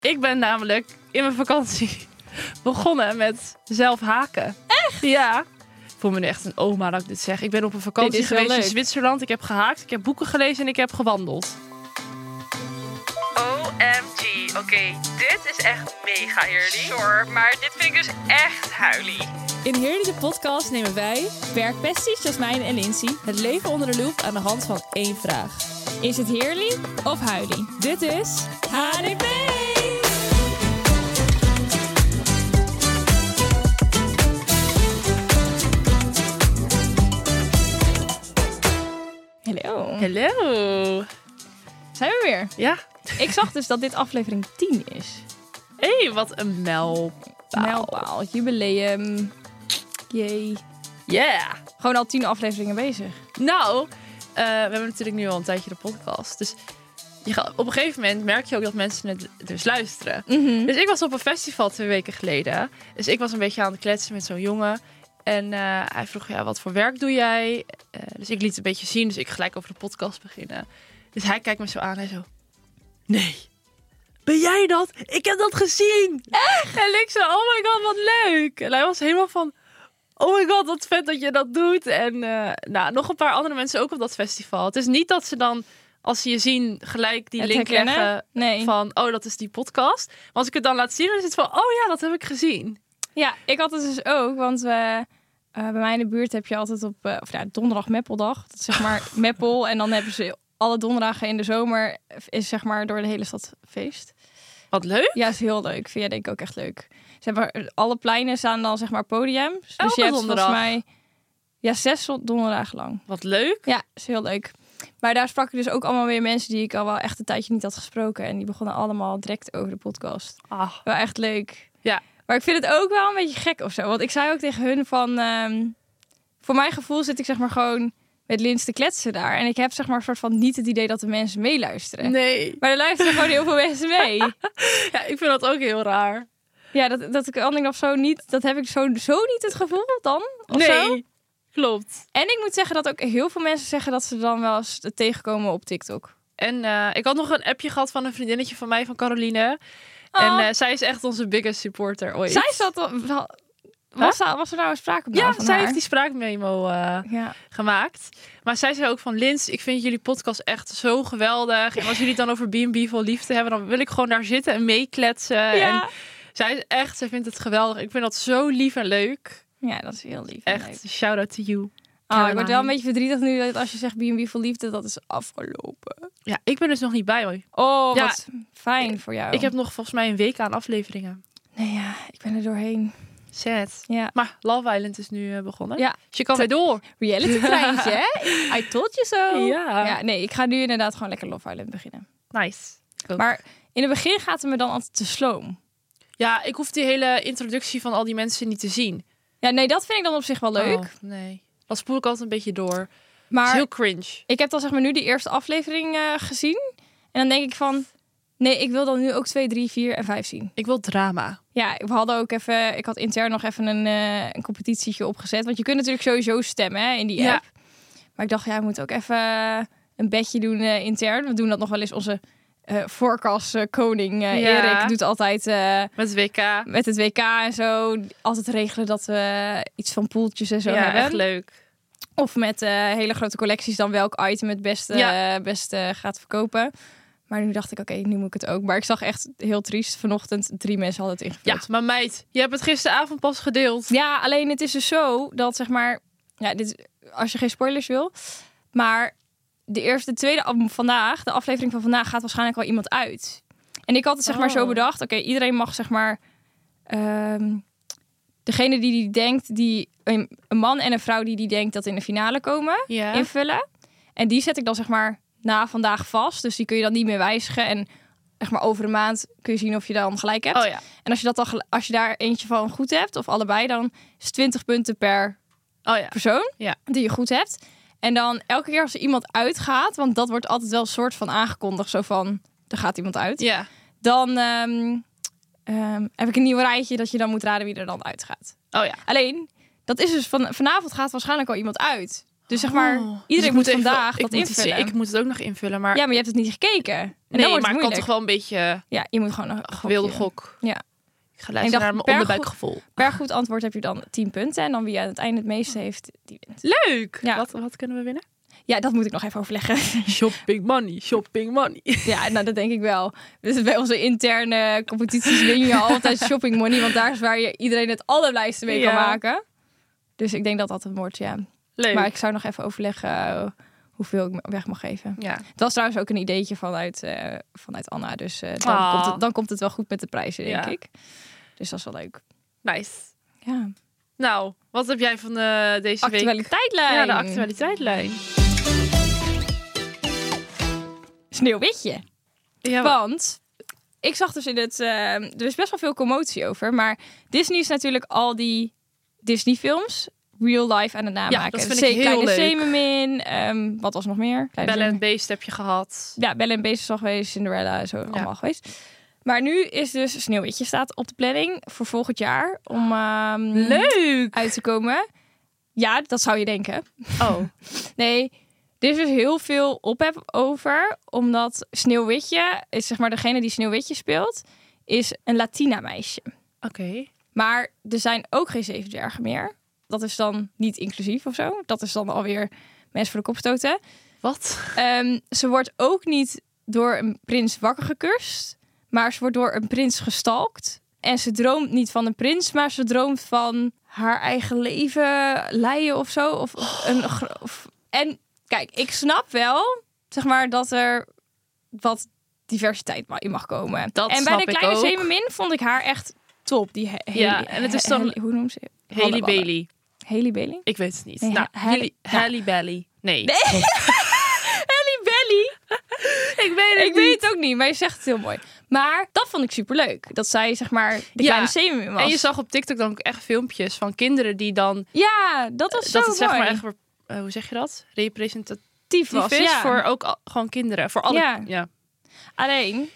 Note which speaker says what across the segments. Speaker 1: Ik ben namelijk in mijn vakantie begonnen met zelf haken. Echt? Ja. Ik voel me nu echt een oma dat ik dit zeg. Ik ben op een vakantie
Speaker 2: is wel
Speaker 1: geweest in
Speaker 2: leuk.
Speaker 1: Zwitserland. Ik heb gehaakt, ik heb boeken gelezen en ik heb gewandeld.
Speaker 3: OMG, oké, dit is echt mega eerlijk. Sorry, maar dit vind ik dus echt huilie.
Speaker 2: In Heerlijke Podcast nemen wij, werkpesties Jasmijn en Lindsay, het leven onder de loep aan de hand van één vraag. Is het heerlijk of huilie? Dit is HDP! Hallo,
Speaker 1: Hallo.
Speaker 2: zijn we weer.
Speaker 1: Ja.
Speaker 2: Ik zag dus dat dit aflevering 10 is.
Speaker 1: Hé, hey, wat een mijlpaal.
Speaker 2: Mijlpaal, jubileum. Jee.
Speaker 1: Yeah.
Speaker 2: Gewoon al 10 afleveringen bezig.
Speaker 1: Nou, eh, we hebben natuurlijk nu al een tijdje de podcast. Dus je gaat, op een gegeven moment merk je ook dat mensen het dus luisteren.
Speaker 2: Mhm.
Speaker 1: Dus ik was op een festival twee weken geleden. Dus ik was een beetje aan het kletsen met zo'n jongen. En eh, hij vroeg, ja, wat voor werk doe jij? Eh, dus ik liet het een beetje zien, dus ik gelijk over de podcast beginnen. Dus hij kijkt me zo aan, hij zo... Nee, ben jij dat? Ik heb dat gezien! Echt? En ik zo, oh my god, wat leuk! En hij was helemaal van... Oh my god, wat vet dat je dat doet. En eh, nou, nog een paar andere mensen ook op dat festival. Het is niet dat ze dan, als ze je zien, gelijk die
Speaker 2: Het
Speaker 1: link
Speaker 2: herkennen?
Speaker 1: leggen
Speaker 2: Nee.
Speaker 1: van, oh, dat is die podcast. Maar als ik het dan laat zien, dan is het van, oh ja, dat heb ik gezien.
Speaker 2: Ja, ik had het dus ook, want eh, eh, bij mij in de buurt heb je altijd op eh, of, ja, donderdag Meppeldag. Dat is zeg maar Meppel. En dan hebben ze alle donderdagen in de zomer eh, is zeg maar door de hele stad feest.
Speaker 1: Wat leuk.
Speaker 2: Ja, is heel leuk. Vind jij denk ik ook echt leuk. Ze hebben alle pleinen staan dan zeg maar podiums. Dus
Speaker 1: Elke
Speaker 2: je hebt
Speaker 1: donderdag.
Speaker 2: volgens mij ja, zes zon- donderdagen lang.
Speaker 1: Wat leuk.
Speaker 2: Ja, is heel leuk. Maar daar sprak ik dus ook allemaal weer mensen die ik al wel echt een tijdje niet had gesproken. En die begonnen allemaal direct over de podcast.
Speaker 1: Ah,
Speaker 2: Wel echt leuk.
Speaker 1: Ja.
Speaker 2: Maar ik vind het ook wel een beetje gek of zo. Want ik zei ook tegen hun van... ehm, voor mijn gevoel zit ik zeg maar gewoon met Lins te kletsen daar. En ik heb zeg maar soort van niet het idee dat de mensen meeluisteren.
Speaker 1: nee.
Speaker 2: Maar er luisteren gewoon heel veel mensen mee.
Speaker 1: Ja, ik vind dat ook heel raar.
Speaker 2: Ja, dat, dat ik Anding of zo niet... Dat heb ik zo, zo niet het gevoel dan. Of zo.
Speaker 1: Klopt.
Speaker 2: En ik moet zeggen dat ook heel veel mensen zeggen dat ze dan wel eens het tegenkomen op TikTok.
Speaker 1: En eh, ik had nog een appje gehad van een vriendinnetje van mij, van Caroline.
Speaker 2: Oh.
Speaker 1: En eh, zij is echt onze biggest supporter ooit.
Speaker 2: Zij zat... al- Was, daar- was er nou een sprake op
Speaker 1: Ja,
Speaker 2: van
Speaker 1: zij
Speaker 2: haar?
Speaker 1: heeft die spraakmemo eh,
Speaker 2: Ja.
Speaker 1: gemaakt. Maar zij zei ook van, Lins, ik vind jullie podcast echt zo geweldig. En als jullie het dan over B&B vol liefde hebben, dan wil ik gewoon daar zitten en meekletsen.
Speaker 2: Ja.
Speaker 1: En zij is echt, zij vindt het geweldig. Ik vind dat zo lief en leuk.
Speaker 2: ja, dat is heel lief. en leuk.
Speaker 1: Echt, shout out to you.
Speaker 2: Ah, ik word
Speaker 1: Caroline.
Speaker 2: wel een beetje verdrietig nu dat als je zegt B&B voor liefde, dat is afgelopen.
Speaker 1: Ja, ik ben dus nog niet bij hoor.
Speaker 2: Oh,
Speaker 1: Ja.
Speaker 2: wat fijn voor jou.
Speaker 1: Ik heb nog volgens mij een week aan afleveringen.
Speaker 2: Nee, ja, ik ben er doorheen.
Speaker 1: Sad.
Speaker 2: Ja.
Speaker 1: Maar Love Island is nu eh, begonnen.
Speaker 2: Ja.
Speaker 1: Dus je kan weer door. Oh.
Speaker 2: Reality treintje, hè? I told you so. Ah.
Speaker 1: Ja.
Speaker 2: ja. Nee, ik ga nu inderdaad gewoon lekker Love Island beginnen.
Speaker 1: Nice. Ook.
Speaker 2: Maar in het begin gaat het me dan altijd te sloom.
Speaker 1: Ja, ik hoef die hele introductie van al die mensen niet te zien.
Speaker 2: Ja, nee, dat vind ik dan op zich wel leuk.
Speaker 1: Oh, nee. Dan spoel ik altijd een beetje door. Het is
Speaker 2: Maar
Speaker 1: heel cringe.
Speaker 2: ik heb dan zeg maar nu die eerste aflevering eh, gezien. En dan denk ik van, nee, ik wil dan nu ook 2, 3, 4 en 5 zien.
Speaker 1: Ik wil drama.
Speaker 2: Ja, we hadden ook even. Ik had intern nog even een, eh, een competitietje opgezet. Want je kunt natuurlijk sowieso stemmen hè, in die
Speaker 1: Ja.
Speaker 2: app. Maar ik dacht, ja, we moeten ook even eh, een bedje doen eh, intern. We doen dat nog wel eens. Onze eh voorkast eh, koning eh,
Speaker 1: Ja.
Speaker 2: Erik doet altijd eh,
Speaker 1: Met WK.
Speaker 2: met het WK en zo. Altijd regelen dat we iets van poeltjes en zo
Speaker 1: ja,
Speaker 2: hebben.
Speaker 1: echt leuk.
Speaker 2: Of met eh, hele grote collecties dan welk item het beste,
Speaker 1: Ja.
Speaker 2: eh, beste gaat verkopen. Maar nu dacht ik, oké, nu moet ik het ook. Maar ik zag echt heel triest. Vanochtend drie mensen hadden het ingevuld.
Speaker 1: Ja, maar meid, je hebt het gisteravond pas gedeeld.
Speaker 2: Ja, alleen het is dus zo dat zeg maar, ja, dit, als je geen spoilers wil, maar de eerste, de tweede af- vandaag, de aflevering van vandaag gaat waarschijnlijk al iemand uit. En ik had het zeg maar zo
Speaker 1: Oh.
Speaker 2: bedacht, oké, iedereen mag zeg maar, ehm, degene die die denkt, die een, een man en een vrouw die die denkt dat in de finale komen,
Speaker 1: Ja.
Speaker 2: invullen. En die zet ik dan zeg maar na vandaag vast, dus die kun je dan niet meer wijzigen en zeg maar over een maand kun je zien of je dan gelijk hebt.
Speaker 1: Oh ja.
Speaker 2: En als je, dat dan, gel- als je daar eentje van goed hebt, of allebei, dan is het 20 punten per
Speaker 1: Oh ja.
Speaker 2: persoon
Speaker 1: Ja.
Speaker 2: die je goed hebt. En dan elke keer als er iemand uitgaat, want dat wordt altijd wel een soort van aangekondigd, zo van, er gaat iemand uit.
Speaker 1: Ja.
Speaker 2: Dan ehm, ehm, heb ik een nieuw rijtje dat je dan moet raden wie er dan uitgaat.
Speaker 1: Oh ja.
Speaker 2: Alleen, dat is dus van, vanavond gaat waarschijnlijk al iemand uit. Dus zeg maar,
Speaker 1: Oh. Dus ik
Speaker 2: iedereen moet
Speaker 1: even-
Speaker 2: vandaag
Speaker 1: ik
Speaker 2: dat
Speaker 1: moet iets-
Speaker 2: invullen.
Speaker 1: ik moet het ook nog invullen, maar...
Speaker 2: Ja, maar je hebt het niet gekeken. En dan
Speaker 1: nee, maar
Speaker 2: wordt het
Speaker 1: ik kan
Speaker 2: moeilijk.
Speaker 1: toch wel een beetje eh,
Speaker 2: Ja, je moet gewoon een gokje.
Speaker 1: wilde gok.
Speaker 2: Ja.
Speaker 1: Ik ga luisteren
Speaker 2: dacht,
Speaker 1: naar mijn
Speaker 2: per
Speaker 1: onderbuikgevoel.
Speaker 2: Per goed antwoord heb je dan 10 punten. En dan wie aan het einde het meeste heeft, die wint.
Speaker 1: Leuk!
Speaker 2: Ja.
Speaker 1: Wat, wat kunnen we winnen?
Speaker 2: Ja, dat moet ik nog even overleggen.
Speaker 1: Shopping money, shopping money.
Speaker 2: ja, nou, dat denk ik wel. Dus bij onze interne competities win je altijd shopping money. Want daar is waar je iedereen het allerblijste mee kan
Speaker 1: Ja.
Speaker 2: maken. Dus ik denk dat dat het wordt, ja.
Speaker 1: Leuk.
Speaker 2: Maar ik zou nog even overleggen eh, hoeveel ik me- weg mag geven.
Speaker 1: Ja.
Speaker 2: Dat was trouwens ook een ideetje vanuit, eh, vanuit Anna. Dus eh, dan,
Speaker 1: Ah.
Speaker 2: komt het, dan komt het wel goed met de prijzen, denk
Speaker 1: Ja.
Speaker 2: ik. Dus dat is wel leuk.
Speaker 1: Nice.
Speaker 2: Ja.
Speaker 1: Nou, wat heb jij van eh, deze week?
Speaker 2: Actualiteitlijn.
Speaker 1: Ja, de actualiteitlijn.
Speaker 2: Sneeuwwitje.
Speaker 1: Ja, wa-
Speaker 2: Want ik zag dus in het... eh, er is best wel veel commotie over. Maar Disney is natuurlijk al die Disney-films real life aan het namaken.
Speaker 1: dat vind
Speaker 2: Dus
Speaker 1: ik heel
Speaker 2: Kleine
Speaker 1: leuk.
Speaker 2: Zemermin. ehm, wat was nog meer? Kleine
Speaker 1: Belle en
Speaker 2: Zemermin.
Speaker 1: Beest heb je gehad.
Speaker 2: Ja, Belle en Beest is al geweest. Cinderella is zo allemaal geweest. Maar nu is dus Sneeuwwitje staat op de planning voor volgend jaar. Om ehm,
Speaker 1: Ah. Leuk!
Speaker 2: uit te komen. Ja, dat zou je denken.
Speaker 1: Oh,
Speaker 2: Nee, er is dus heel veel ophef over. Omdat Sneeuwwitje, is zeg maar degene die Sneeuwwitje speelt, is een Latina meisje.
Speaker 1: oké.
Speaker 2: Maar er zijn ook geen zeven dwergen meer. Dat is dan niet inclusief of zo. Dat is dan alweer mensen voor de kop stoten.
Speaker 1: Wat?
Speaker 2: Ehm, ze wordt ook niet door een prins wakker gekust. Maar ze wordt door een prins gestalkt. En ze droomt niet van een prins, maar ze droomt van haar eigen leven leiden of zo. Of een,
Speaker 1: Oh.
Speaker 2: gro- of- en kijk, ik snap wel, zeg maar, dat er wat diversiteit ma- in mag komen.
Speaker 1: Dat
Speaker 2: en bij
Speaker 1: snap
Speaker 2: de
Speaker 1: ik
Speaker 2: kleine
Speaker 1: ook.
Speaker 2: zeemermin vond ik haar echt top. Die he-
Speaker 1: Ja,
Speaker 2: Haley-
Speaker 1: en het is
Speaker 2: he-
Speaker 1: dan-
Speaker 2: Haley- hoe noemt ze?
Speaker 1: Haley
Speaker 2: Halleballen.
Speaker 1: Bailey.
Speaker 2: Haley Bailey?
Speaker 1: Ik weet het niet.
Speaker 2: Nee,
Speaker 1: nou,
Speaker 2: Ha-
Speaker 1: Haley,
Speaker 2: Halle-
Speaker 1: Halle Bailey. Nee.
Speaker 2: Haley Bailey!
Speaker 1: Ik weet het
Speaker 2: Ik weet het ook niet, maar je zegt het heel mooi. Maar dat vond ik superleuk. Dat zij, zeg maar, de
Speaker 1: Ja,
Speaker 2: kleine zeemermin was.
Speaker 1: En je zag op TikTok dan ook echt filmpjes van kinderen die dan...
Speaker 2: Ja, dat was zo
Speaker 1: dat het
Speaker 2: mooi.
Speaker 1: zeg maar echt... eh, hoe zeg je dat? Representatief
Speaker 2: Tief was,
Speaker 1: is
Speaker 2: ja.
Speaker 1: voor ook al- gewoon kinderen. Voor alle...
Speaker 2: Ja.
Speaker 1: ja.
Speaker 2: Alleen,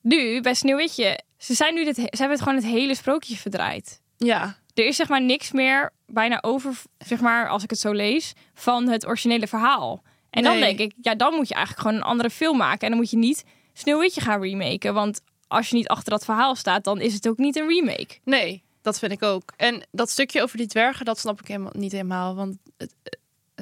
Speaker 2: nu, bij Sneeuwwitje, ze, zijn nu dit, he- ze hebben het gewoon het hele sprookje verdraaid.
Speaker 1: Ja.
Speaker 2: Er is zeg maar niks meer bijna over, zeg maar, als ik het zo lees, van het originele verhaal. En dan
Speaker 1: Nee.
Speaker 2: denk ik, ja, dan moet je eigenlijk gewoon een andere film maken. En dan moet je niet Sneeuwwitje gaan remaken. Want als je niet achter dat verhaal staat, dan is het ook niet een remake.
Speaker 1: Nee, dat vind ik ook. En dat stukje over die dwergen, dat snap ik helemaal, niet helemaal. Want het, eh,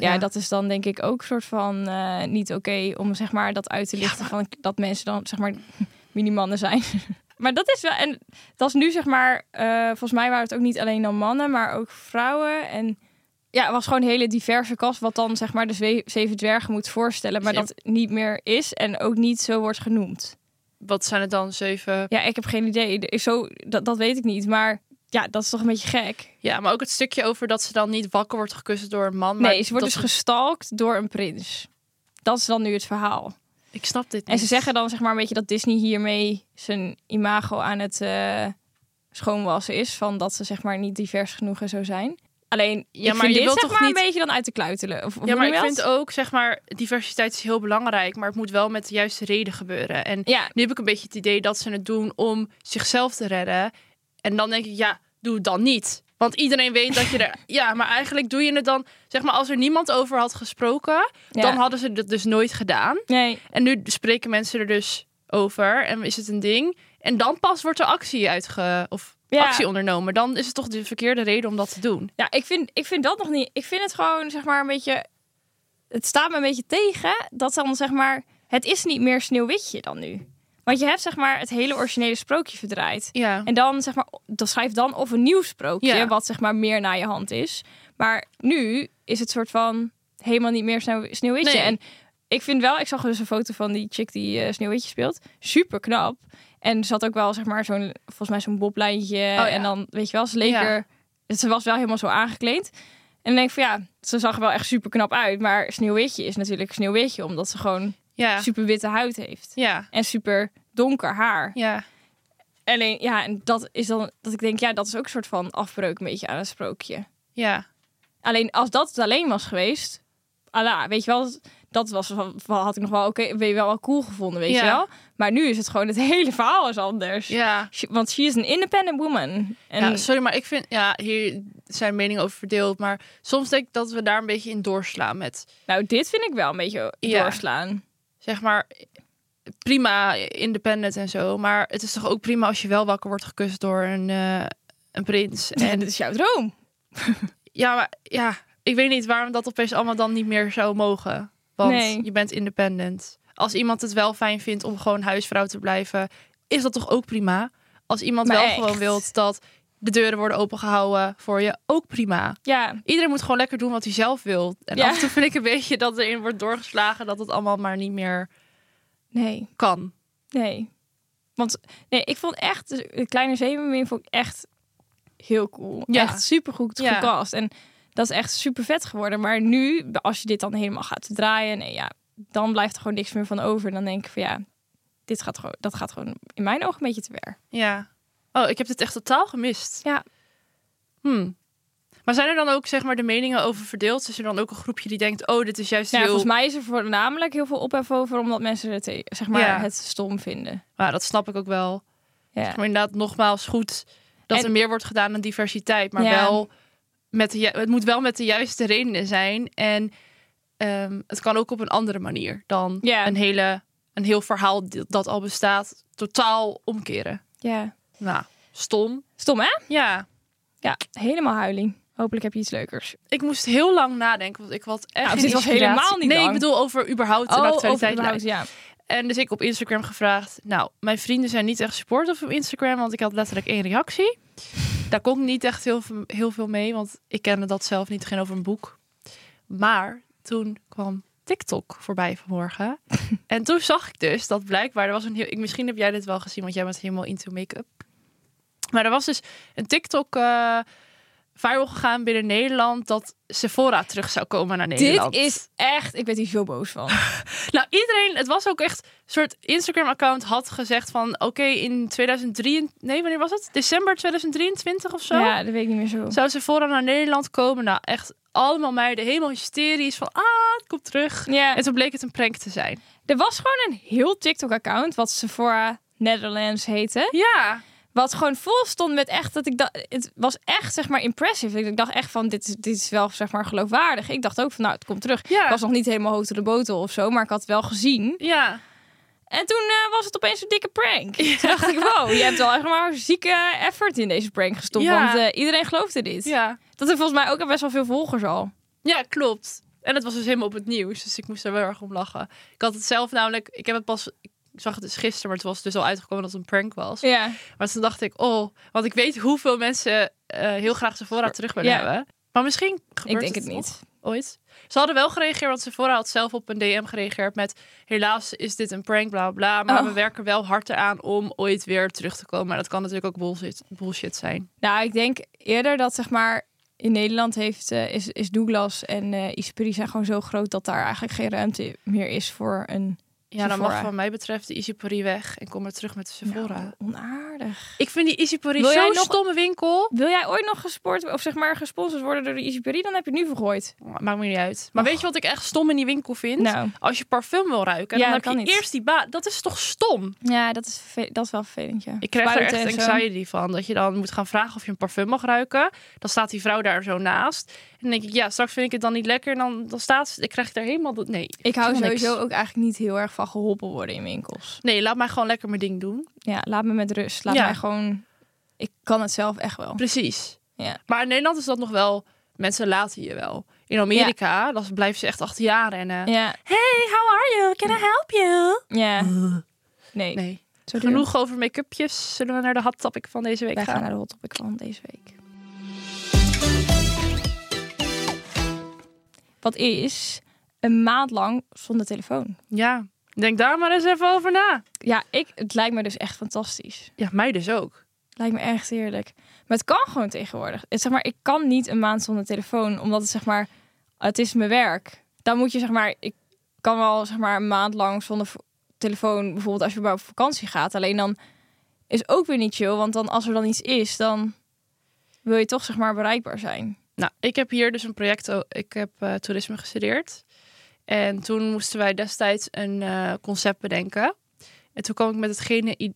Speaker 2: Ja, dat is dan denk ik ook soort van eh, niet oké om zeg maar dat uit te lichten van dat mensen dan zeg maar mini-mannen zijn. maar dat is wel en dat is nu zeg maar eh, volgens mij waren het ook niet alleen dan mannen, maar ook vrouwen en ja, het was gewoon een hele diverse kast wat dan zeg maar de zwe- zeven dwergen moet voorstellen, maar dat niet meer is en ook niet zo wordt genoemd.
Speaker 1: Wat zijn het dan? Zeven...
Speaker 2: Ja, ik heb geen idee. Er is Zo, dat, dat weet ik niet, maar ja, dat is toch een beetje gek.
Speaker 1: Ja, maar ook het stukje over dat ze dan niet wakker wordt gekust door een man. maar
Speaker 2: nee, ze wordt
Speaker 1: dat
Speaker 2: dus gestalkt door een prins. Dat is dan nu het verhaal.
Speaker 1: Ik snap dit
Speaker 2: En ze zeggen dan zeg maar een beetje dat Disney hiermee zijn imago aan het eh, schoonwassen is. Van dat ze zeg maar niet divers genoeg en zo zijn. Alleen, ja, maar je dit
Speaker 1: wilt
Speaker 2: zeg
Speaker 1: toch
Speaker 2: maar
Speaker 1: niet-
Speaker 2: een beetje dan uit de kluitelen. Of, of
Speaker 1: Ja,
Speaker 2: hoe
Speaker 1: maar
Speaker 2: noem
Speaker 1: ik
Speaker 2: je
Speaker 1: vind
Speaker 2: dat?
Speaker 1: ook, zeg maar, diversiteit is heel belangrijk. Maar het moet wel met de juiste reden gebeuren. En
Speaker 2: Ja,
Speaker 1: nu heb ik een beetje het idee dat ze het doen om zichzelf te redden. En dan denk ik, ja, doe het dan niet. Want iedereen weet dat je er... Ja, maar eigenlijk doe je het dan... Zeg maar, als er niemand over had gesproken...
Speaker 2: Ja.
Speaker 1: dan hadden ze dat dus nooit gedaan.
Speaker 2: nee.
Speaker 1: En nu spreken mensen er dus over. En is het een ding. En dan pas wordt er actie uitge... Of
Speaker 2: Ja.
Speaker 1: actie ondernomen. Dan is het toch de verkeerde reden om dat te doen.
Speaker 2: Ja, ik vind, ik vind dat nog niet. Ik vind het gewoon zeg maar een beetje. Het staat me een beetje tegen dat dan zeg maar. Het is niet meer sneeuwwitje dan nu. Want je hebt zeg maar het hele originele sprookje verdraaid.
Speaker 1: Ja.
Speaker 2: En dan zeg maar, dan schrijf dan of een nieuw sprookje,
Speaker 1: Ja.
Speaker 2: wat zeg maar meer naar je hand is. Maar nu is het soort van helemaal niet meer sneeuw, sneeuwwitje.
Speaker 1: Nee.
Speaker 2: En ik vind wel, ik zag dus een foto van die chick die eh, sneeuwwitje speelt. Super knap. En ze had ook wel zeg maar zo'n, volgens mij zo'n boblijntje.
Speaker 1: Oh, ja.
Speaker 2: En dan, weet je wel, ze leek
Speaker 1: Ja.
Speaker 2: er, ze was wel helemaal zo aangekleed. En dan denk ik van ja, ze zag er wel echt super knap uit. Maar sneeuwwitje is natuurlijk sneeuwwitje, omdat ze gewoon
Speaker 1: Ja.
Speaker 2: super witte huid heeft.
Speaker 1: Ja.
Speaker 2: En super donker haar.
Speaker 1: Ja.
Speaker 2: Alleen, ja, en dat is dan dat ik denk, ja, dat is ook een soort van afbreuk een beetje aan het sprookje.
Speaker 1: Ja.
Speaker 2: Alleen als dat het alleen was geweest, ala, weet je wel, dat was, wel- had ik nog wel, oké, weet je wel, wel cool gevonden, weet
Speaker 1: Ja.
Speaker 2: je wel. Maar nu is het gewoon, het hele verhaal is anders.
Speaker 1: Ja.
Speaker 2: She- want she is an independent woman. En
Speaker 1: ja, sorry, maar ik vind, ja, hier zijn meningen over verdeeld. Maar soms denk ik dat we daar een beetje in doorslaan met,
Speaker 2: nou, dit vind ik wel een beetje
Speaker 1: Ja.
Speaker 2: doorslaan.
Speaker 1: zeg maar, prima independent en zo. Maar het is toch ook prima als je wel wakker wordt gekust door een, eh, een prins.
Speaker 2: En
Speaker 1: En
Speaker 2: dit is jouw droom.
Speaker 1: ja, maar ja, ik weet niet waarom dat opeens allemaal dan niet meer zou mogen. Want
Speaker 2: Nee.
Speaker 1: je bent independent. Als iemand het wel fijn vindt om gewoon huisvrouw te blijven, is dat toch ook prima? Als iemand
Speaker 2: Maar
Speaker 1: wel
Speaker 2: echt.
Speaker 1: gewoon wilt dat de deuren worden opengehouden voor je, ook prima.
Speaker 2: Ja,
Speaker 1: Iedereen moet gewoon lekker doen wat hij zelf wil. En
Speaker 2: Ja.
Speaker 1: af en toe vind ik een beetje dat erin wordt doorgeslagen dat het allemaal maar niet meer
Speaker 2: nee,
Speaker 1: kan.
Speaker 2: nee. Want nee, ik vond echt, dus de Kleine Zeemermin vond ik echt heel cool.
Speaker 1: Ja.
Speaker 2: Echt super goed
Speaker 1: Ja.
Speaker 2: gecast. En dat is echt super vet geworden. Maar nu, als je dit dan helemaal gaat draaien, nee, ja, dan blijft er gewoon niks meer van over. En dan denk ik van ja, dit gaat gewoon, dat gaat gewoon in mijn ogen een beetje te ver. Nou
Speaker 1: Ja. Oh, ik heb dit echt totaal gemist.
Speaker 2: Ja.
Speaker 1: Hmm. Maar zijn er dan ook zeg maar de meningen over verdeeld? Is er dan ook een groepje die denkt, oh, dit is juist
Speaker 2: Nou, ja,
Speaker 1: heel...
Speaker 2: volgens mij is er voornamelijk heel veel ophef over, omdat mensen het, eh, zeg maar,
Speaker 1: Ja.
Speaker 2: het stom vinden.
Speaker 1: Maar dat snap ik ook wel.
Speaker 2: Ja.
Speaker 1: Maar inderdaad, nogmaals, goed dat
Speaker 2: En-
Speaker 1: er meer wordt gedaan aan diversiteit. Maar
Speaker 2: Ja.
Speaker 1: wel met de, ju- het moet wel met de juiste redenen zijn. En ehm, het kan ook op een andere manier dan
Speaker 2: Ja.
Speaker 1: een, hele, een heel verhaal d- dat al bestaat totaal omkeren.
Speaker 2: ja.
Speaker 1: Nou, stom.
Speaker 2: Stom, hè?
Speaker 1: Ja,
Speaker 2: Ja, helemaal huiling. Hopelijk heb je iets leukers.
Speaker 1: ik moest heel lang nadenken, want ik was echt
Speaker 2: Nou,
Speaker 1: geen
Speaker 2: dit was
Speaker 1: inspiratie.
Speaker 2: helemaal niet
Speaker 1: Nee,
Speaker 2: lang. Oh,
Speaker 1: ik bedoel over überhaupt de actualiteit.
Speaker 2: überhaupt, ja.
Speaker 1: En dus ik op Instagram gevraagd. Nou, mijn vrienden zijn niet echt supportive op Instagram, want ik had letterlijk één reactie. Daar kon ik niet echt heel, veel- heel veel mee, want ik kende dat zelf niet, het ging over een boek. Maar toen kwam TikTok voorbij vanmorgen. en toen zag ik dus dat blijkbaar er was een heel. Ik, misschien heb jij dit wel gezien, want jij bent helemaal into make-up. Maar er was dus een TikTok eh viral gegaan binnen Nederland dat Sephora terug zou komen naar Nederland.
Speaker 2: Dit is echt, ik werd hier zo boos van.
Speaker 1: Nou, iedereen, het was ook echt een soort Instagram-account had gezegd van... Oké, in 2003, nee, wanneer was het? December 2023 of zo?
Speaker 2: Ja, dat weet ik niet meer zo.
Speaker 1: Zou ze vooral naar Nederland komen? Nou, echt allemaal meiden helemaal hysterisch van... Ah, het komt terug.
Speaker 2: Ja,
Speaker 1: En toen bleek het een prank te zijn.
Speaker 2: er was gewoon een heel TikTok-account, wat Sephora Netherlands heette.
Speaker 1: Ja.
Speaker 2: Wat gewoon vol stond met echt dat ik dacht, het was echt zeg maar impressive. Ik dacht echt van, dit is, dit is wel zeg maar geloofwaardig. Ik dacht ook van, nou, het komt terug.
Speaker 1: Ja.
Speaker 2: Ik was nog niet helemaal hoog door de botel of zo, maar ik had het wel gezien.
Speaker 1: Ja.
Speaker 2: En toen eh, was het opeens een dikke prank. Toen dacht ik, wow, je hebt wel echt maar zieke effort in deze prank gestopt.
Speaker 1: Ja.
Speaker 2: Want eh, iedereen geloofde dit.
Speaker 1: Ja.
Speaker 2: Dat heeft volgens mij ook best wel veel volgers al.
Speaker 1: Ja, klopt. En het was dus helemaal op het nieuws, dus ik moest er wel erg om lachen. Ik had het zelf namelijk... Ik heb het pas... Ik zag het dus gisteren, maar het was dus al uitgekomen dat het een prank was.
Speaker 2: Ja.
Speaker 1: Maar toen dacht ik, oh, want ik weet hoeveel mensen eh, heel graag Sephora terug willen
Speaker 2: Ja.
Speaker 1: hebben. Maar misschien gebeurt
Speaker 2: Ik denk het
Speaker 1: nog
Speaker 2: niet.
Speaker 1: ooit. Ze hadden wel gereageerd, want Sephora had zelf op een DM gereageerd met... helaas is dit een prank, bla bla, maar
Speaker 2: Oh.
Speaker 1: we werken wel hard eraan om ooit weer terug te komen. Maar dat kan natuurlijk ook bullshit, bullshit zijn.
Speaker 2: Nou, ik denk eerder dat zeg maar in Nederland heeft, eh, is, is Douglas en eh Isperi zijn gewoon zo groot dat daar eigenlijk geen ruimte meer is voor een
Speaker 1: Ja, Dus dan
Speaker 2: Sephora.
Speaker 1: mag wat mij betreft de Easy Paris weg en kom maar terug met de Sephora.
Speaker 2: Nou, onaardig.
Speaker 1: Ik vind die Easy Paris
Speaker 2: Wil jij
Speaker 1: zo'n
Speaker 2: nog-
Speaker 1: stomme winkel.
Speaker 2: Wil jij ooit nog gesport of zeg maar gesponsord worden door de Isperi? Dan heb je het nu vergooid.
Speaker 1: Maakt me niet uit. Maar weet je wat ik echt stom in die winkel vind?
Speaker 2: Nou,
Speaker 1: Als je parfum wil ruiken,
Speaker 2: Ja,
Speaker 1: dan
Speaker 2: dat
Speaker 1: heb je
Speaker 2: kan niet.
Speaker 1: eerst die ba. Dat is toch stom?
Speaker 2: ja, dat is, verve- dat is wel vervelend. Ja.
Speaker 1: Ik krijg er
Speaker 2: Spuiten
Speaker 1: echt
Speaker 2: en zo.
Speaker 1: anxiety van. Dat je dan moet gaan vragen of je een parfum mag ruiken. Dan staat die vrouw daar zo naast. En dan denk ik, ja, straks vind ik het dan niet lekker. En dan, dan staat ze, dan krijg ik daar helemaal... dat- Nee,
Speaker 2: Ik hou
Speaker 1: helemaal niks.
Speaker 2: sowieso ook eigenlijk niet heel erg van geholpen worden in winkels.
Speaker 1: Nee, laat mij gewoon lekker mijn ding doen.
Speaker 2: Ja, laat me met rust. Laat
Speaker 1: Ja.
Speaker 2: mij gewoon. Ik kan het zelf echt wel.
Speaker 1: Precies.
Speaker 2: Ja.
Speaker 1: Maar in Nederland is dat nog wel... Mensen laten je wel. In Amerika, dan blijven ze echt achter jaar rennen.
Speaker 2: Ja,
Speaker 1: Hey, how are you? Can I help you?
Speaker 2: ja. Nee.
Speaker 1: Nee.
Speaker 2: zo duur.
Speaker 1: Genoeg over make-upjes. Zullen we naar de hot topic van deze week
Speaker 2: Wij gaan
Speaker 1: gaan?
Speaker 2: naar de hot topic van deze week. Wat is een maand lang zonder telefoon?
Speaker 1: Ja. Denk daar maar eens even over na.
Speaker 2: Ja, ik, het lijkt me dus echt fantastisch.
Speaker 1: Ja, mij dus ook.
Speaker 2: Lijkt me echt heerlijk. Maar het kan gewoon tegenwoordig. Het, zeg maar, ik kan niet een maand zonder telefoon, omdat het zeg maar, het is mijn werk. Dan moet je zeg maar, ik kan wel zeg maar een maand lang zonder vo- telefoon, bijvoorbeeld als je maar op vakantie gaat. Alleen dan is ook weer niet chill, want dan als er dan iets is, dan wil je toch zeg maar bereikbaar zijn.
Speaker 1: Nou, ik heb hier dus een project. o- Ik heb eh, toerisme gestudeerd. En toen moesten wij destijds een eh, concept bedenken. En toen kwam ik met het gene i-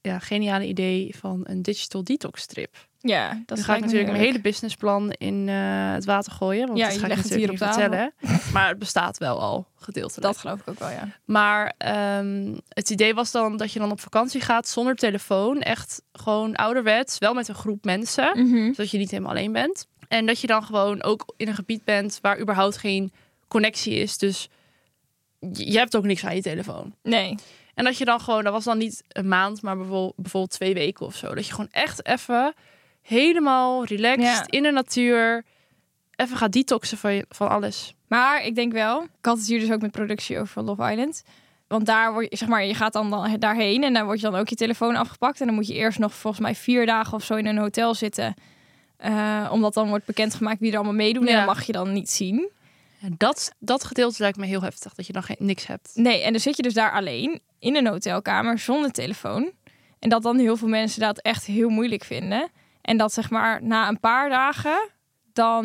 Speaker 1: ja, geniale idee van een digital detox strip.
Speaker 2: Ja, dat
Speaker 1: Dan
Speaker 2: is
Speaker 1: ga ik natuurlijk mijn hele businessplan in eh, het water gooien. Want
Speaker 2: Ja,
Speaker 1: dat
Speaker 2: je
Speaker 1: ga ik
Speaker 2: legt
Speaker 1: natuurlijk
Speaker 2: het hier
Speaker 1: niet
Speaker 2: op
Speaker 1: vertellen. Maar het bestaat wel al, gedeeltelijk.
Speaker 2: Dat geloof ik ook wel, ja.
Speaker 1: Maar ehm, het idee was dan dat je dan op vakantie gaat zonder telefoon. Echt gewoon ouderwets, wel met een groep mensen.
Speaker 2: Mhm.
Speaker 1: Zodat je niet helemaal alleen bent. En dat je dan gewoon ook in een gebied bent waar überhaupt geen connectie is. Dus je je hebt ook niks aan je telefoon.
Speaker 2: Nee,
Speaker 1: En dat je dan gewoon, dat was dan niet een maand, maar bijvoorbeeld, bijvoorbeeld twee weken of zo. Dat je gewoon echt even helemaal relaxed
Speaker 2: Ja.
Speaker 1: in de natuur even gaat detoxen van, je- van alles.
Speaker 2: Maar ik denk wel, ik had het hier dus ook met productie over Love Island. Want daar word je, zeg maar, je gaat dan, dan daarheen en dan wordt je dan ook je telefoon afgepakt. En dan moet je eerst nog volgens mij vier dagen of zo in een hotel zitten. Eh, omdat dan wordt bekendgemaakt wie er allemaal meedoen. En
Speaker 1: Ja.
Speaker 2: dat mag je dan niet zien.
Speaker 1: En dat, dat gedeelte lijkt me heel heftig, dat je dan geen, niks hebt.
Speaker 2: Nee, en dan zit je dus daar alleen in een hotelkamer zonder telefoon. En dat dan heel veel mensen dat echt heel moeilijk vinden. En dat zeg maar na een paar dagen, dan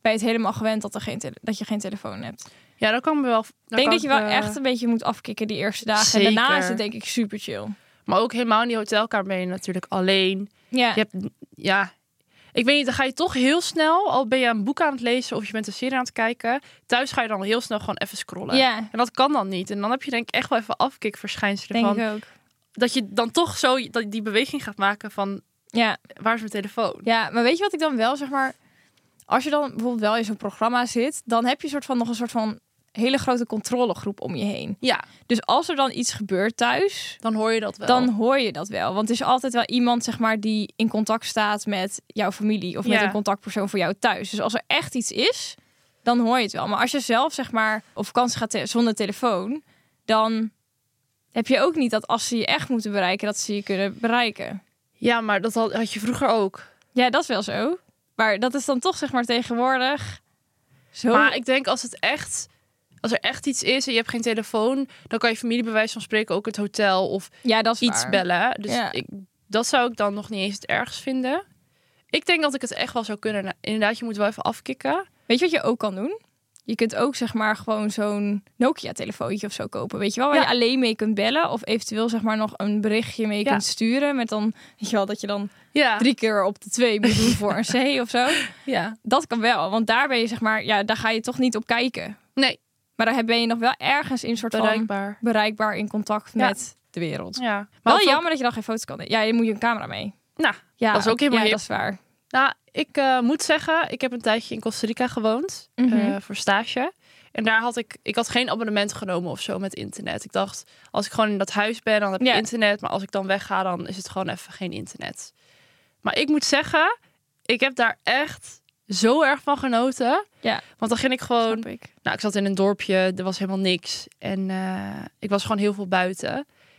Speaker 2: ben je het helemaal gewend dat, er geen tele- dat je geen telefoon hebt.
Speaker 1: Ja, dat kan eh, me wel...
Speaker 2: Ik denk dat je wel echt een beetje moet afkicken die eerste dagen. En daarna is het
Speaker 1: Zeker.
Speaker 2: denk ik super chill.
Speaker 1: Maar ook helemaal in die hotelkamer ben je natuurlijk alleen.
Speaker 2: Ja,
Speaker 1: Je hebt, ja, ik weet niet, dan ga je toch heel snel, al ben je een boek aan het lezen of je bent een serie aan het kijken, thuis ga je dan heel snel gewoon even scrollen.
Speaker 2: ja
Speaker 1: En dat kan dan niet. En dan heb je denk ik echt wel even afkikverschijnselen
Speaker 2: denk
Speaker 1: van...
Speaker 2: ik ook.
Speaker 1: dat je dan toch zo dat die beweging gaat maken van
Speaker 2: Ja.
Speaker 1: waar is mijn telefoon?
Speaker 2: ja, maar weet je wat ik dan wel zeg maar... Als je dan bijvoorbeeld wel in zo'n programma zit... dan heb je soort van nog een soort van hele grote controlegroep om je heen.
Speaker 1: Ja,
Speaker 2: Dus als er dan iets gebeurt thuis...
Speaker 1: dan hoor je dat wel.
Speaker 2: Dan hoor je dat wel. Want er is altijd wel iemand zeg maar, die in contact staat met jouw familie of met
Speaker 1: Ja.
Speaker 2: een contactpersoon voor jou thuis. Dus als er echt iets is, dan hoor je het wel. Maar als je zelf zeg maar, op vakantie gaat te- zonder telefoon, dan heb je ook niet dat als ze je echt moeten bereiken, dat ze je kunnen bereiken.
Speaker 1: Ja, maar dat had, had je vroeger ook.
Speaker 2: Ja, dat is wel zo. Maar dat is dan toch zeg maar tegenwoordig zo.
Speaker 1: Maar ik denk als het echt als er echt iets is en je hebt geen telefoon, dan kan je familie bij wijze van spreken ook het hotel of
Speaker 2: ja, dat is
Speaker 1: iets
Speaker 2: waar.
Speaker 1: bellen. Dus
Speaker 2: Ja.
Speaker 1: ik, dat zou ik dan nog niet eens het ergst vinden. Ik denk dat ik het echt wel zou kunnen. Nou, Inderdaad, je moet wel even afkicken.
Speaker 2: Weet je wat je ook kan doen? Je kunt ook zeg maar gewoon zo'n Nokia-telefoontje of zo kopen. Weet je wel, waar
Speaker 1: Ja.
Speaker 2: je alleen mee kunt bellen. Of eventueel zeg maar nog een berichtje mee
Speaker 1: Ja.
Speaker 2: kunt sturen. Met dan, weet je wel, dat je dan
Speaker 1: Ja,
Speaker 2: drie keer op de twee moet doen voor een C of zo.
Speaker 1: ja.
Speaker 2: Dat kan wel, want daar ben je zeg maar, ja, daar ga je toch niet op kijken.
Speaker 1: Nee,
Speaker 2: Maar daar ben je nog wel ergens in soort van
Speaker 1: bereikbaar.
Speaker 2: bereikbaar in contact
Speaker 1: Ja.
Speaker 2: met de wereld.
Speaker 1: Ja.
Speaker 2: Maar
Speaker 1: Maar
Speaker 2: wel
Speaker 1: of ook-
Speaker 2: jammer dat je dan geen foto's kan nemen. Ja, je moet je een camera mee.
Speaker 1: Nou,
Speaker 2: Ja,
Speaker 1: dat is ook helemaal
Speaker 2: ja,
Speaker 1: hip.
Speaker 2: dat is waar.
Speaker 1: Nou, ik eh, moet zeggen, ik heb een tijdje in Costa Rica gewoond
Speaker 2: Mhm.
Speaker 1: eh, voor stage. En daar had ik, ik had geen abonnement genomen of zo met internet. Ik dacht, als ik gewoon in dat huis ben, dan heb ik
Speaker 2: Ja.
Speaker 1: internet. Maar als ik dan wegga, dan is het gewoon even geen internet. Maar ik moet zeggen, ik heb daar echt zo erg van genoten.
Speaker 2: Ja.
Speaker 1: Want dan ging ik gewoon
Speaker 2: Snap ik.
Speaker 1: nou, ik zat in een dorpje, er was helemaal niks. En eh, ik was gewoon heel veel buiten.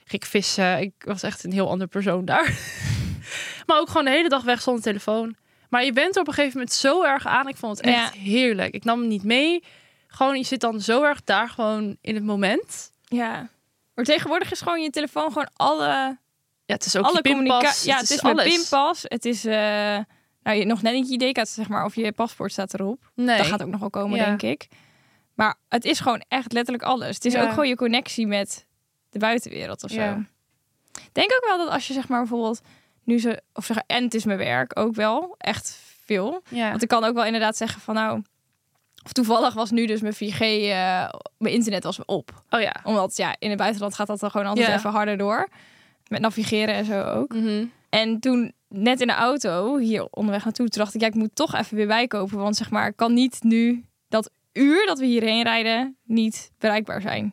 Speaker 1: Ging ik vissen, ik was echt een heel ander persoon daar. maar ook gewoon de hele dag weg zonder telefoon. Maar je bent er op een gegeven moment zo erg aan. Ik vond het echt heerlijk. Ik nam het niet mee. Gewoon, je zit dan zo erg daar gewoon in het moment.
Speaker 2: Ja. Maar tegenwoordig is gewoon je telefoon gewoon alle
Speaker 1: Ja, het is ook
Speaker 2: alle
Speaker 1: je pinpas.
Speaker 2: communicatie. Ja, het is, mijn pinpas. Het is eh, nou, je, nog net niet je ID-kaart, zeg maar, of je paspoort staat erop.
Speaker 1: Nee.
Speaker 2: Dat gaat ook nog wel komen,
Speaker 1: Ja.
Speaker 2: denk ik. Maar het is gewoon echt letterlijk alles. Het is
Speaker 1: Ja.
Speaker 2: ook gewoon je connectie met de buitenwereld of zo.
Speaker 1: Ja.
Speaker 2: Ik Denk ook wel dat als je zeg maar bijvoorbeeld nu zo of zeg en het is mijn werk ook wel echt veel.
Speaker 1: ja.
Speaker 2: Want ik kan ook wel inderdaad zeggen van nou of toevallig was nu dus mijn 4G, eh, mijn internet was op.
Speaker 1: Oh ja.
Speaker 2: Omdat ja, in het buitenland gaat dat dan gewoon altijd
Speaker 1: Ja.
Speaker 2: even harder door. Met navigeren en zo ook.
Speaker 1: Mhm.
Speaker 2: En toen net in de auto hier onderweg naartoe, toen dacht ik, ja, ik moet toch even weer bijkopen. Want zeg maar, ik kan niet nu dat uur dat we hierheen rijden niet bereikbaar zijn.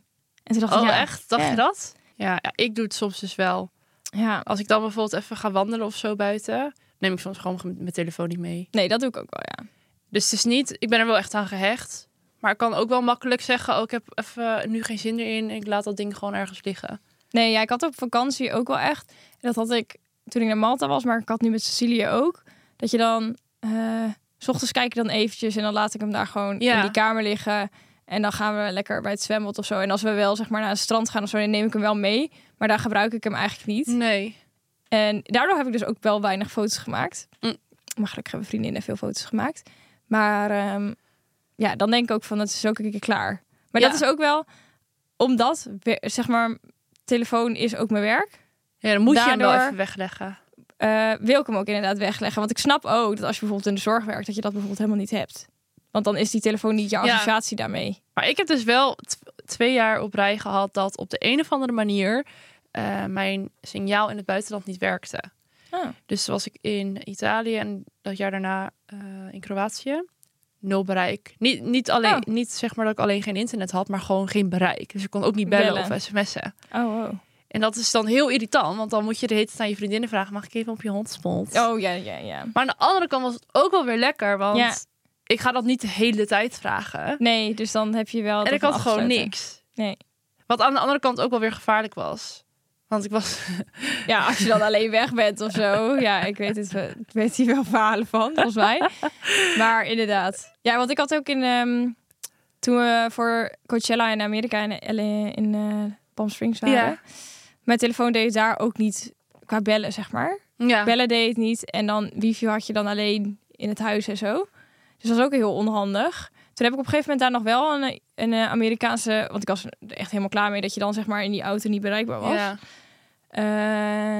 Speaker 2: En toen dacht
Speaker 1: Oh,
Speaker 2: ik, ja,
Speaker 1: echt? Dacht
Speaker 2: Ja.
Speaker 1: je dat? Ja, ja, ik doe het soms dus wel.
Speaker 2: Ja,
Speaker 1: Als ik dan bijvoorbeeld even ga wandelen of zo buiten, neem ik soms gewoon mijn telefoon niet mee.
Speaker 2: nee, dat doe ik ook wel, ja.
Speaker 1: Dus het is niet, ik ben er wel echt aan gehecht. Maar ik kan ook wel makkelijk zeggen, oh, ik heb even nu geen zin erin. Ik laat dat ding gewoon ergens liggen.
Speaker 2: Nee, ja, ik had op vakantie ook wel echt, dat had ik toen ik naar Malta was, maar ik had nu met Cecilië ook, dat je dan, eh, s ochtends kijk ik dan eventjes en dan laat ik hem daar gewoon
Speaker 1: Ja.
Speaker 2: in die kamer liggen. En dan gaan we lekker bij het zwembad of zo. En als we wel zeg maar naar het strand gaan of zo, dan neem ik hem wel mee. Maar daar gebruik ik hem eigenlijk niet.
Speaker 1: Nee.
Speaker 2: En daardoor heb ik dus ook wel weinig foto's gemaakt.
Speaker 1: Mm.
Speaker 2: Maar gelukkig hebben vriendinnen veel foto's gemaakt. Maar ehm, ja, dan denk ik ook van, het is ook een keer klaar. Maar
Speaker 1: Ja.
Speaker 2: dat is ook wel omdat, we- zeg maar, telefoon is ook mijn werk.
Speaker 1: Ja, dan moet je hem wel
Speaker 2: Daardoor-
Speaker 1: even wegleggen.
Speaker 2: eh, wil ik hem ook inderdaad wegleggen. Want ik snap ook dat als je bijvoorbeeld in de zorg werkt, dat je dat bijvoorbeeld helemaal niet hebt. Want dan is die telefoon niet je
Speaker 1: Ja.
Speaker 2: associatie daarmee.
Speaker 1: Maar ik heb dus wel t- twee jaar op rij gehad dat op de een of andere manier eh, mijn signaal in het buitenland niet werkte.
Speaker 2: Ah.
Speaker 1: Dus was ik in Italië en dat jaar daarna eh, in Kroatië. Nul bereik. Niet, niet, alleen,
Speaker 2: Oh.
Speaker 1: niet zeg maar dat ik alleen geen internet had, maar gewoon geen bereik. Dus ik kon ook niet bellen,
Speaker 2: Bellen.
Speaker 1: of sms'en.
Speaker 2: Oh, wow.
Speaker 1: En dat is dan heel irritant, want dan moet je de hele tijd aan je vriendinnen vragen... mag ik even op je hotspot?
Speaker 2: Oh, ja, ja, ja.
Speaker 1: Maar aan de andere kant was het ook wel weer lekker, want
Speaker 2: Ja.
Speaker 1: ik ga dat niet de hele tijd vragen.
Speaker 2: Nee, dus dan heb je wel... dat
Speaker 1: en ik had
Speaker 2: van
Speaker 1: gewoon
Speaker 2: afgesloten.
Speaker 1: niks.
Speaker 2: Nee.
Speaker 1: Wat aan de andere kant ook wel weer gevaarlijk was. Want ik was...
Speaker 2: Ja, als je dan alleen weg bent of zo. Ja, ik weet, het, wel- ik weet hier wel verhalen van, volgens mij. Maar inderdaad. Ja, want ik had ook in... ehm, toen we voor Coachella in Amerika in, LA in eh, Palm Springs waren...
Speaker 1: Ja.
Speaker 2: Mijn telefoon deed het daar ook niet qua bellen, zeg maar.
Speaker 1: ja.
Speaker 2: Bellen deed het niet. En dan wifi had je dan alleen in het huis en zo. Dus dat was ook heel onhandig. Toen heb ik op een gegeven moment daar nog wel een, een eh, Amerikaanse... Want ik was er echt helemaal klaar mee dat je dan zeg maar in die auto niet bereikbaar was.
Speaker 1: Ja.
Speaker 2: Eh,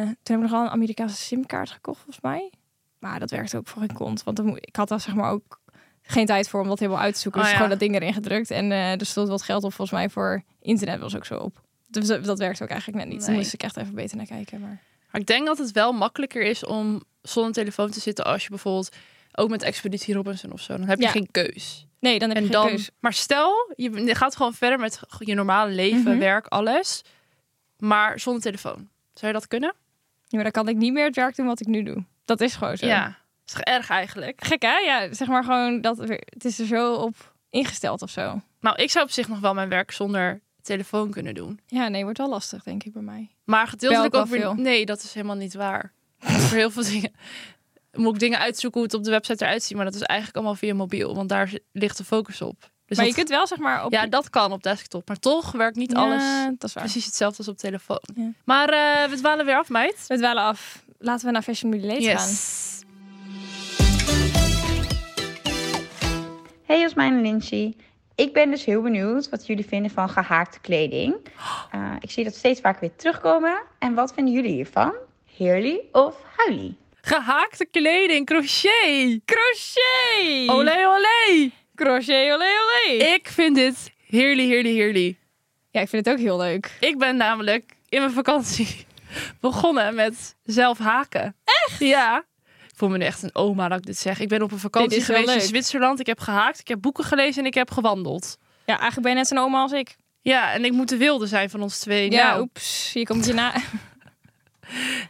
Speaker 2: toen heb ik nog wel een Amerikaanse simkaart gekocht volgens mij. Maar dat werkte ook voor geen kont. Want dan moet, ik had daar zeg maar ook geen tijd voor om dat helemaal uit te zoeken.
Speaker 1: Oh
Speaker 2: dus
Speaker 1: ja.
Speaker 2: gewoon dat ding erin gedrukt. En eh er stond wat geld op volgens mij voor internet was ook zo op. Dus dat, dat werkte ook eigenlijk net niet. Daar
Speaker 1: Nee.
Speaker 2: moest ik echt even beter naar kijken. Maar...
Speaker 1: Maar ik denk dat het wel makkelijker is om zonder telefoon te zitten als je bijvoorbeeld ook met Expeditie Robinson of zo. Dan heb je
Speaker 2: Ja.
Speaker 1: geen keus.
Speaker 2: Nee, dan heb je
Speaker 1: En
Speaker 2: geen
Speaker 1: dan,
Speaker 2: keus.
Speaker 1: maar stel, je gaat gewoon verder met je normale leven,
Speaker 2: Mhm.
Speaker 1: werk, alles. Maar zonder telefoon. Zou je dat kunnen?
Speaker 2: Ja, maar dan kan ik niet meer het werk doen wat ik nu doe. Dat is gewoon zo.
Speaker 1: Ja. Dat is toch erg eigenlijk.
Speaker 2: Gek hè? Ja, zeg maar gewoon dat we- het is er zo op ingesteld of zo.
Speaker 1: Nou, ik zou op zich nog wel mijn werk zonder telefoon kunnen doen.
Speaker 2: Ja, nee, wordt wel lastig denk ik bij mij.
Speaker 1: Maar gedeeltelijk
Speaker 2: Bel
Speaker 1: ook
Speaker 2: ik wel
Speaker 1: weer... Nee, dat is helemaal niet waar. Voor heel veel dingen moet ik dingen uitzoeken hoe het op de website eruit ziet. Maar dat is eigenlijk allemaal via mobiel. Want daar ligt de focus op. Dus
Speaker 2: maar
Speaker 1: dat-
Speaker 2: je kunt wel zeg maar op
Speaker 1: Ja, dat kan op desktop. Maar toch werkt niet
Speaker 2: Ja,
Speaker 1: alles
Speaker 2: Dat is waar.
Speaker 1: precies hetzelfde als op telefoon.
Speaker 2: Ja.
Speaker 1: Maar eh, we dwalen weer af, meid.
Speaker 2: We dwalen af. Laten we naar Fashion Relate gaan.
Speaker 1: Yes.
Speaker 4: Hey Jasmijn en Lindsay. Ik ben dus heel benieuwd wat jullie vinden van gehaakte kleding. Eh, ik zie dat steeds vaker weer terugkomen. En wat vinden jullie hiervan? Heerly of huilie?
Speaker 1: Gehaakte kleding, crochet.
Speaker 2: Crochet!
Speaker 1: Olé, olé.
Speaker 2: Crochet, olé, olé!
Speaker 1: Ik vind dit heerlijk, heerlijk, heerlijk.
Speaker 2: Ja, ik vind het ook heel leuk.
Speaker 1: Ik ben namelijk in mijn vakantie begonnen met zelf haken. Echt? Ja. Ik voel me nu echt een oma dat ik dit zeg. Ik ben op een vakantie
Speaker 2: is wel
Speaker 1: geweest in
Speaker 2: leuk.
Speaker 1: Zwitserland. Ik heb gehaakt, ik heb boeken gelezen en ik heb gewandeld.
Speaker 2: Ja, eigenlijk ben je net zo'n oma als ik.
Speaker 1: Ja, en ik moet de wilde zijn van ons twee.
Speaker 2: Ja,
Speaker 1: nou,
Speaker 2: oeps. Hier komt je na.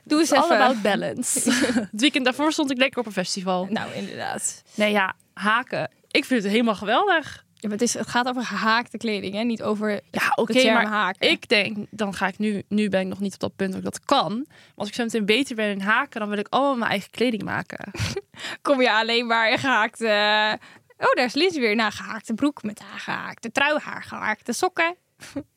Speaker 2: Doe eens
Speaker 1: It's all
Speaker 2: even.
Speaker 1: about balance. het weekend daarvoor stond ik lekker op een festival.
Speaker 2: Nou, inderdaad.
Speaker 1: Nee ja, haken. Ik vind het helemaal geweldig.
Speaker 2: Ja, maar het, is, het gaat over gehaakte kleding, hè? Niet over
Speaker 1: Ja, oké,
Speaker 2: de term
Speaker 1: maar
Speaker 2: haken.
Speaker 1: ik denk, dan ga ik nu, nu ben ik nog niet op dat punt dat ik dat kan. Maar als ik zo meteen beter ben in haken, dan wil ik allemaal mijn eigen kleding maken.
Speaker 2: kom je alleen maar in gehaakte... Oh, daar is Liz weer. Nou, gehaakte broek met haar gehaakte trui, haar gehaakte sokken.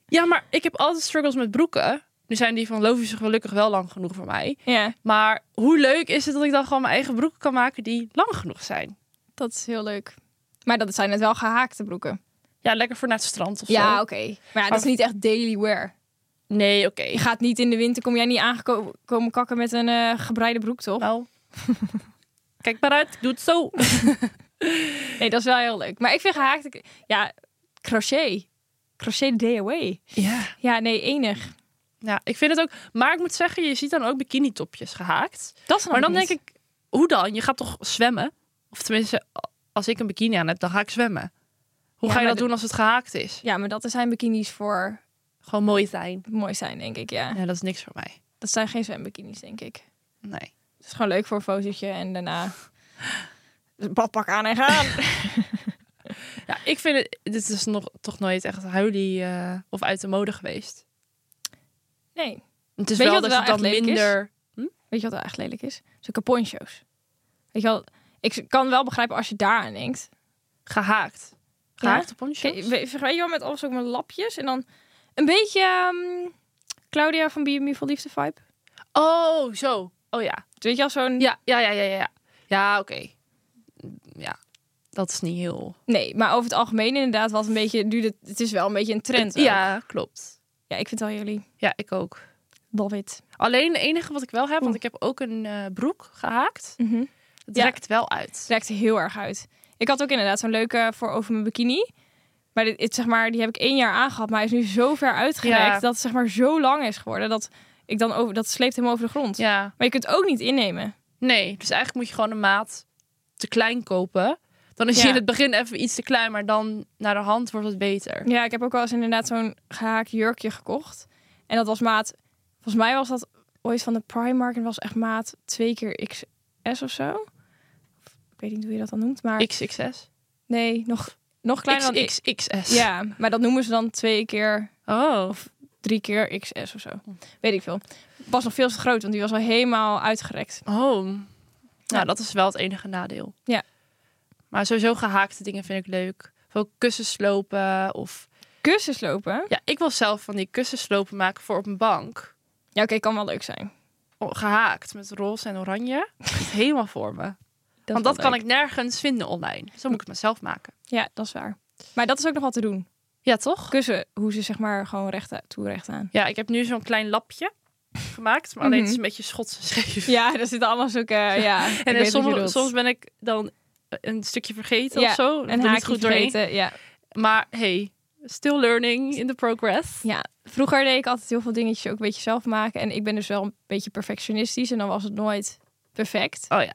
Speaker 1: Ja, maar ik heb altijd struggles met broeken. Nu zijn die van Lovies gelukkig wel lang genoeg voor mij.
Speaker 2: Ja,
Speaker 1: Maar hoe leuk is het dat ik dan gewoon mijn eigen broeken kan maken die lang genoeg zijn?
Speaker 2: dat is heel leuk. Maar dat zijn net wel gehaakte broeken.
Speaker 1: Ja, lekker voor naar het strand of
Speaker 2: Ja,
Speaker 1: zo.
Speaker 2: oké. Maar ja, dat is niet echt daily wear.
Speaker 1: Nee, oké.
Speaker 2: Je gaat niet in de winter, kom jij niet aangekomen kakken met een eh, gebreide broek, toch?
Speaker 1: Nou. Kijk maar uit, ik doe het zo.
Speaker 2: Nee, dat is wel heel leuk. Maar ik vind gehaakte... Ja, crochet. Crochet day away.
Speaker 1: Ja.
Speaker 2: Ja, nee, enig.
Speaker 1: Ja, ik vind het ook. Maar ik moet zeggen, je ziet dan ook bikini-topjes gehaakt.
Speaker 2: Dat snap
Speaker 1: Maar dan
Speaker 2: niet.
Speaker 1: denk ik, hoe dan? Je gaat toch zwemmen? Of tenminste, als ik een bikini aan heb, dan ga ik zwemmen. Hoe
Speaker 2: Ja,
Speaker 1: ga je
Speaker 2: maar
Speaker 1: dat doen als het gehaakt is?
Speaker 2: Ja, maar dat zijn bikinis voor
Speaker 1: Gewoon mooi zijn.
Speaker 2: mooi zijn, denk ik, ja.
Speaker 1: Ja, dat is niks voor mij.
Speaker 2: Dat zijn geen zwembikinis, denk ik.
Speaker 1: Nee.
Speaker 2: Het is gewoon leuk voor een fotootje en daarna een badpak aan en gaan.
Speaker 1: Ja, ik vind het, dit is nog, toch nooit echt huilie eh, of uit de mode geweest.
Speaker 2: Nee.
Speaker 1: Het is
Speaker 2: Weet je
Speaker 1: wel dat
Speaker 2: wat wel
Speaker 1: het dan
Speaker 2: echt lelijk is?
Speaker 1: minder...
Speaker 2: Weet je wat wel echt lelijk is? Zulke poncho's. Weet je wel, ik kan wel begrijpen als je daaraan denkt.
Speaker 1: gehaakt. Gehaakte poncho's?
Speaker 2: Oké, we- Vergelijk je wel met alles ook met lapjes en dan een beetje ehm, Claudia van BMI voor Liefde vibe.
Speaker 1: Oh, zo. Oh ja.
Speaker 2: Dus weet je wel, zo'n...
Speaker 1: Ja, ja, ja, ja, ja. Ja, oké. Ja. dat is niet heel...
Speaker 2: Nee, maar over het algemeen inderdaad wat een beetje... Nu de, het is wel een beetje een trend. ook.
Speaker 1: Ja, klopt.
Speaker 2: ja, ik vind het wel jullie.
Speaker 1: Ja, ik ook.
Speaker 2: Love it.
Speaker 1: Alleen het enige wat ik wel heb, want ik heb ook een eh, broek gehaakt.
Speaker 2: Mhm.
Speaker 1: Het
Speaker 2: Ja.
Speaker 1: trekt wel uit.
Speaker 2: Het raakt heel erg uit. Ik had ook inderdaad zo'n leuke voor over mijn bikini. Maar dit, dit, zeg maar, die heb ik één jaar aangehad. Maar hij is nu zo ver uitgerekt
Speaker 1: Ja.
Speaker 2: dat het zeg maar zo lang is geworden. Dat ik dan over, dat sleept hem over de grond.
Speaker 1: Ja,
Speaker 2: Maar je kunt het ook niet innemen.
Speaker 1: nee. Dus eigenlijk moet je gewoon een maat te klein kopen. Dan is
Speaker 2: Ja.
Speaker 1: je in het begin even iets te klein, maar dan naar de hand wordt het beter.
Speaker 2: Ja, ik heb ook wel eens inderdaad zo'n gehaakt jurkje gekocht. En dat was maat... Volgens mij was dat ooit van de Primark. En was echt maat 2 keer XS of zo. Of, Ik weet niet hoe je dat dan noemt. Maar
Speaker 1: XXS?
Speaker 2: nee, nog, nog kleiner dan...
Speaker 1: X, XXS.
Speaker 2: Ja, maar dat noemen ze dan twee keer
Speaker 1: Oh.
Speaker 2: drie keer XS of zo.
Speaker 1: Hm.
Speaker 2: Weet ik veel. Was nog veel te groot, want die was al helemaal uitgerekt.
Speaker 1: Oh. Nou, dat is wel het enige nadeel.
Speaker 2: Ja.
Speaker 1: Maar sowieso gehaakte dingen vind ik leuk. Of ook kussens slopen of...
Speaker 2: Kussens lopen.
Speaker 1: Ja, ik wil zelf van die kussens slopen maken voor op een bank.
Speaker 2: Ja, oké, kan wel leuk zijn.
Speaker 1: Oh, Gehaakt met roze en oranje. Helemaal voor me. Want
Speaker 2: is
Speaker 1: dat
Speaker 2: wel
Speaker 1: kan
Speaker 2: leuk.
Speaker 1: ik nergens vinden online. Zo moet ik het mezelf maken.
Speaker 2: Ja, dat is waar. Maar dat is ook nog wat te doen.
Speaker 1: Ja, toch?
Speaker 2: Kussen, hoe ze zeg maar gewoon recht aan- toe recht aan.
Speaker 1: Ja, ik heb nu zo'n klein lapje gemaakt. Maar alleen
Speaker 2: Mhm.
Speaker 1: het is een beetje schots en scheef.
Speaker 2: Ja, daar zitten allemaal zulke... Ja, ik
Speaker 1: en
Speaker 2: weet wat
Speaker 1: dan
Speaker 2: je
Speaker 1: soms,
Speaker 2: bedoelt.
Speaker 1: soms ben ik dan een stukje vergeten
Speaker 2: Ja,
Speaker 1: of zo.
Speaker 2: een
Speaker 1: En
Speaker 2: haakje
Speaker 1: niet goed doorheen.
Speaker 2: vergeten. Ja.
Speaker 1: Maar hey, still learning in the progress.
Speaker 2: ja, vroeger deed ik altijd heel veel dingetjes ook een beetje zelf maken. En ik ben dus wel een beetje perfectionistisch. En dan was het nooit perfect.
Speaker 1: Oh ja.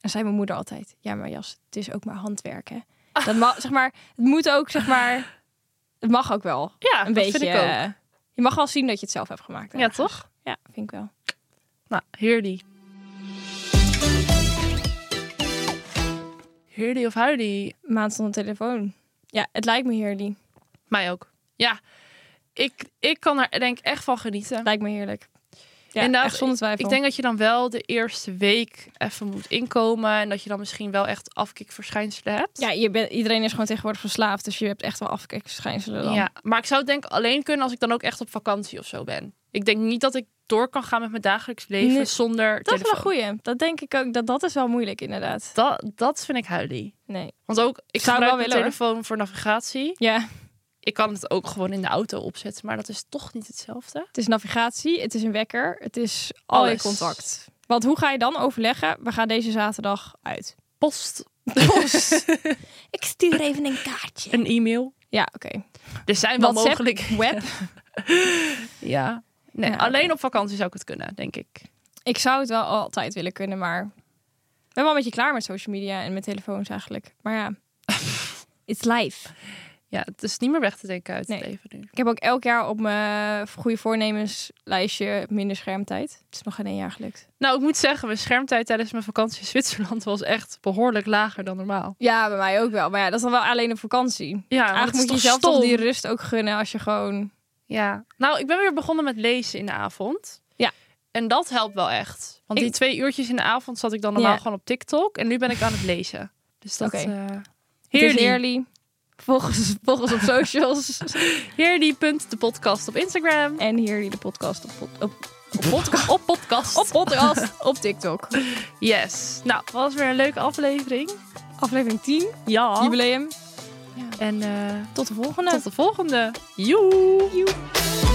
Speaker 2: En zei mijn moeder altijd: Ja, maar Jas, het is ook maar handwerk. Hè? Dat mag, zeg maar, het moet ook, zeg maar, het mag ook wel.
Speaker 1: Ja,
Speaker 2: een
Speaker 1: dat
Speaker 2: beetje.
Speaker 1: vind ik ook.
Speaker 2: eh, Je mag wel zien dat je het zelf hebt gemaakt.
Speaker 1: Ja,
Speaker 2: ergens.
Speaker 1: toch?
Speaker 2: Ja, vind ik wel.
Speaker 1: Nou, heerly. Heerly of huilie?
Speaker 2: Maand zonder telefoon. Ja, het lijkt me heerlijk.
Speaker 1: Mij ook. Ja, ik, ik kan er denk ik echt van genieten.
Speaker 2: Lijkt me heerlijk. Ja,
Speaker 1: Inderdaad,
Speaker 2: echt zonder twijfel.
Speaker 1: Ik denk dat je dan wel de eerste week even moet inkomen. En dat je dan misschien wel echt afkikverschijnselen hebt.
Speaker 2: ja, je bent, iedereen is gewoon tegenwoordig verslaafd, dus je hebt echt wel afkijkverschijnselen dan.
Speaker 1: Ja, maar ik zou het denk ik alleen kunnen als ik dan ook echt op vakantie of zo ben. Ik denk niet dat ik door kan gaan met mijn dagelijks leven
Speaker 2: Nee,
Speaker 1: zonder
Speaker 2: Dat is wel een
Speaker 1: telefoon.
Speaker 2: goeie. Dat denk ik ook. Dat, dat is wel moeilijk, inderdaad.
Speaker 1: Dat, dat vind ik huilie.
Speaker 2: Nee.
Speaker 1: Want ook, ik zou
Speaker 2: Zou ik wel
Speaker 1: gebruik mijn
Speaker 2: willen, hoor.
Speaker 1: telefoon voor navigatie.
Speaker 2: Ja,
Speaker 1: Ik kan het ook gewoon in de auto opzetten, maar dat is toch niet hetzelfde.
Speaker 2: Het is navigatie, het is een wekker, het is al je
Speaker 1: Alles.
Speaker 2: contact. Want hoe ga je dan overleggen? We gaan deze zaterdag uit.
Speaker 1: Post,
Speaker 2: Ik stuur even een kaartje.
Speaker 1: een e-mail.
Speaker 2: Ja, oké.
Speaker 1: Er zijn wel
Speaker 2: WhatsApp,
Speaker 1: mogelijk.
Speaker 2: Web.
Speaker 1: Ja. Nee,
Speaker 2: Ja, oké.
Speaker 1: alleen op vakantie zou ik het kunnen, denk ik.
Speaker 2: Ik zou het wel altijd willen kunnen, maar ik ben wel een beetje klaar met social media en met telefoons eigenlijk. Maar ja, it's life.
Speaker 1: Ja, het is niet meer weg te denken uit
Speaker 2: Nee.
Speaker 1: het leven nu.
Speaker 2: Ik heb ook elk jaar op mijn goede voornemenslijstje minder schermtijd. Het is nog geen één jaar gelukt.
Speaker 1: Nou, ik moet zeggen, mijn schermtijd tijdens mijn vakantie in Zwitserland was echt behoorlijk lager dan normaal.
Speaker 2: Ja, bij mij ook wel. Maar ja, dat is dan wel alleen op vakantie.
Speaker 1: Ja, want het
Speaker 2: Eigenlijk
Speaker 1: is
Speaker 2: moet je
Speaker 1: toch
Speaker 2: jezelf toch
Speaker 1: stom?
Speaker 2: die rust ook gunnen als je gewoon...
Speaker 1: Ja. Nou, ik ben weer begonnen met lezen in de avond.
Speaker 2: Ja.
Speaker 1: En dat helpt wel echt. Want
Speaker 2: Ik-
Speaker 1: die twee uurtjes in de avond zat ik dan normaal
Speaker 2: Ja.
Speaker 1: gewoon op TikTok. En nu ben ik aan het lezen. Dus dat...
Speaker 2: Oké.
Speaker 1: eh
Speaker 2: Heerly.
Speaker 1: heerly.
Speaker 2: Volgens, volgens op socials.
Speaker 1: Heerly.depodcast op Instagram.
Speaker 2: en Heerly de podcast op, pod- op,
Speaker 1: Op, podca- op podcast.
Speaker 2: op podcast op TikTok.
Speaker 1: Yes. Nou, dat was weer een leuke aflevering.
Speaker 2: Aflevering 10,
Speaker 1: Ja.
Speaker 2: jubileum.
Speaker 1: En eh,
Speaker 2: Tot de volgende.
Speaker 1: tot de volgende. Joe.